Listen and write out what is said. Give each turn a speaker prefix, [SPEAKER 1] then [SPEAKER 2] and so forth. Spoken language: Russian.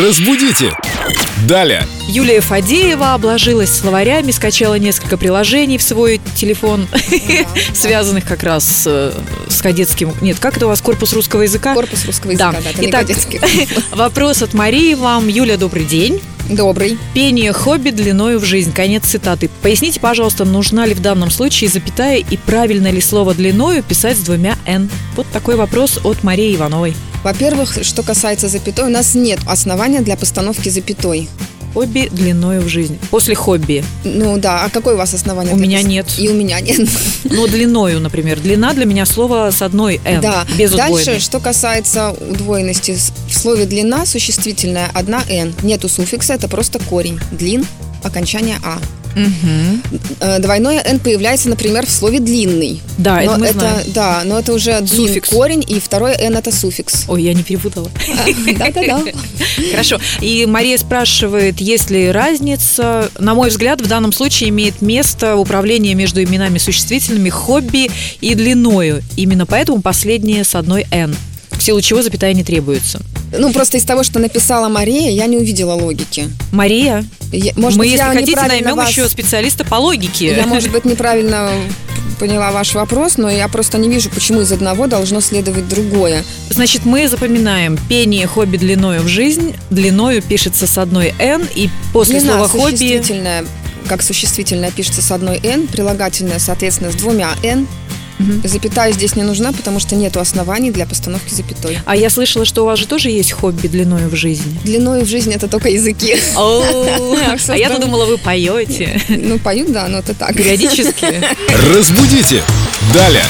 [SPEAKER 1] Разбудите! Далее!
[SPEAKER 2] Юлия Фадеева обложилась словарями, скачала несколько приложений в свой телефон, связанных как раз э, с кадетским... Нет, как это у вас, корпус русского языка?
[SPEAKER 3] Корпус русского
[SPEAKER 2] Да.
[SPEAKER 3] языка, да, это не
[SPEAKER 2] Итак,
[SPEAKER 3] кадетский.
[SPEAKER 2] вопрос от Марии вам. Юля, добрый день.
[SPEAKER 3] Добрый.
[SPEAKER 2] Пение – хобби длиною в жизнь. Конец цитаты. Поясните, пожалуйста, нужна ли в данном случае запятая и правильно ли слово «длиною» писать с двумя «н». Вот такой вопрос от Марии Ивановой.
[SPEAKER 3] Во-первых, что касается запятой, у нас нет основания для постановки запятой.
[SPEAKER 2] Хобби длиною в жизнь. После хобби.
[SPEAKER 3] Ну да, а какое у вас основание?
[SPEAKER 2] У
[SPEAKER 3] для
[SPEAKER 2] меня
[SPEAKER 3] пос-
[SPEAKER 2] нет.
[SPEAKER 3] И у меня нет.
[SPEAKER 2] Но длиною, например. Длина для меня слово с одной «н».
[SPEAKER 3] Да.
[SPEAKER 2] Без
[SPEAKER 3] Дальше,
[SPEAKER 2] удвоенной.
[SPEAKER 3] что касается удвоенности, с- в слове длина существительная одна н, нету суффикса, это просто корень. Длин, окончание а.
[SPEAKER 2] Мгм.
[SPEAKER 3] Э, Двойное н появляется, например, в слове длинный.
[SPEAKER 2] Да, А, это
[SPEAKER 3] но
[SPEAKER 2] мы
[SPEAKER 3] это,
[SPEAKER 2] знаем.
[SPEAKER 3] да, но это уже длин
[SPEAKER 2] Суффикс.
[SPEAKER 3] корень, и второе н это суффикс.
[SPEAKER 2] Ой, я не перепутала.
[SPEAKER 3] Да-да-да.
[SPEAKER 2] Хорошо. И Мария спрашивает, есть ли разница. На мой взгляд, в данном случае имеет место управление между именами существительными хобби и длиною. Именно поэтому последнее с одной «н». В силу чего запятая не требуется.
[SPEAKER 3] Ну, просто из того, что написала Мария, я не увидела логики.
[SPEAKER 2] Мария,
[SPEAKER 3] Я- Может
[SPEAKER 2] мы,
[SPEAKER 3] быть,
[SPEAKER 2] если
[SPEAKER 3] я
[SPEAKER 2] хотите,
[SPEAKER 3] неправильно
[SPEAKER 2] наймем
[SPEAKER 3] вас-
[SPEAKER 2] еще специалиста по логике.
[SPEAKER 3] Я, может быть, неправильно поняла ваш вопрос, но я просто не вижу, почему из одного должно следовать другое.
[SPEAKER 2] Значит, мы запоминаем пение хобби длиною в жизнь. Длиною пишется с одной «н», и после
[SPEAKER 3] Длина
[SPEAKER 2] слова «хобби»
[SPEAKER 3] существительная, как существительное пишется с одной «н», прилагательное, соответственно, с двумя «н».
[SPEAKER 2] Мгм.
[SPEAKER 3] Запятая здесь не нужна, потому что нету оснований для постановки запятой.
[SPEAKER 2] А я слышала, что у вас же тоже есть хобби длиною в жизни.
[SPEAKER 3] Длиной в жизни это только языки.
[SPEAKER 2] А
[SPEAKER 3] всё
[SPEAKER 2] я-то
[SPEAKER 3] здорово.
[SPEAKER 2] думала, вы поете
[SPEAKER 3] Ну, поют, да, но это так.
[SPEAKER 2] периодически.
[SPEAKER 1] Разбудите! Далее!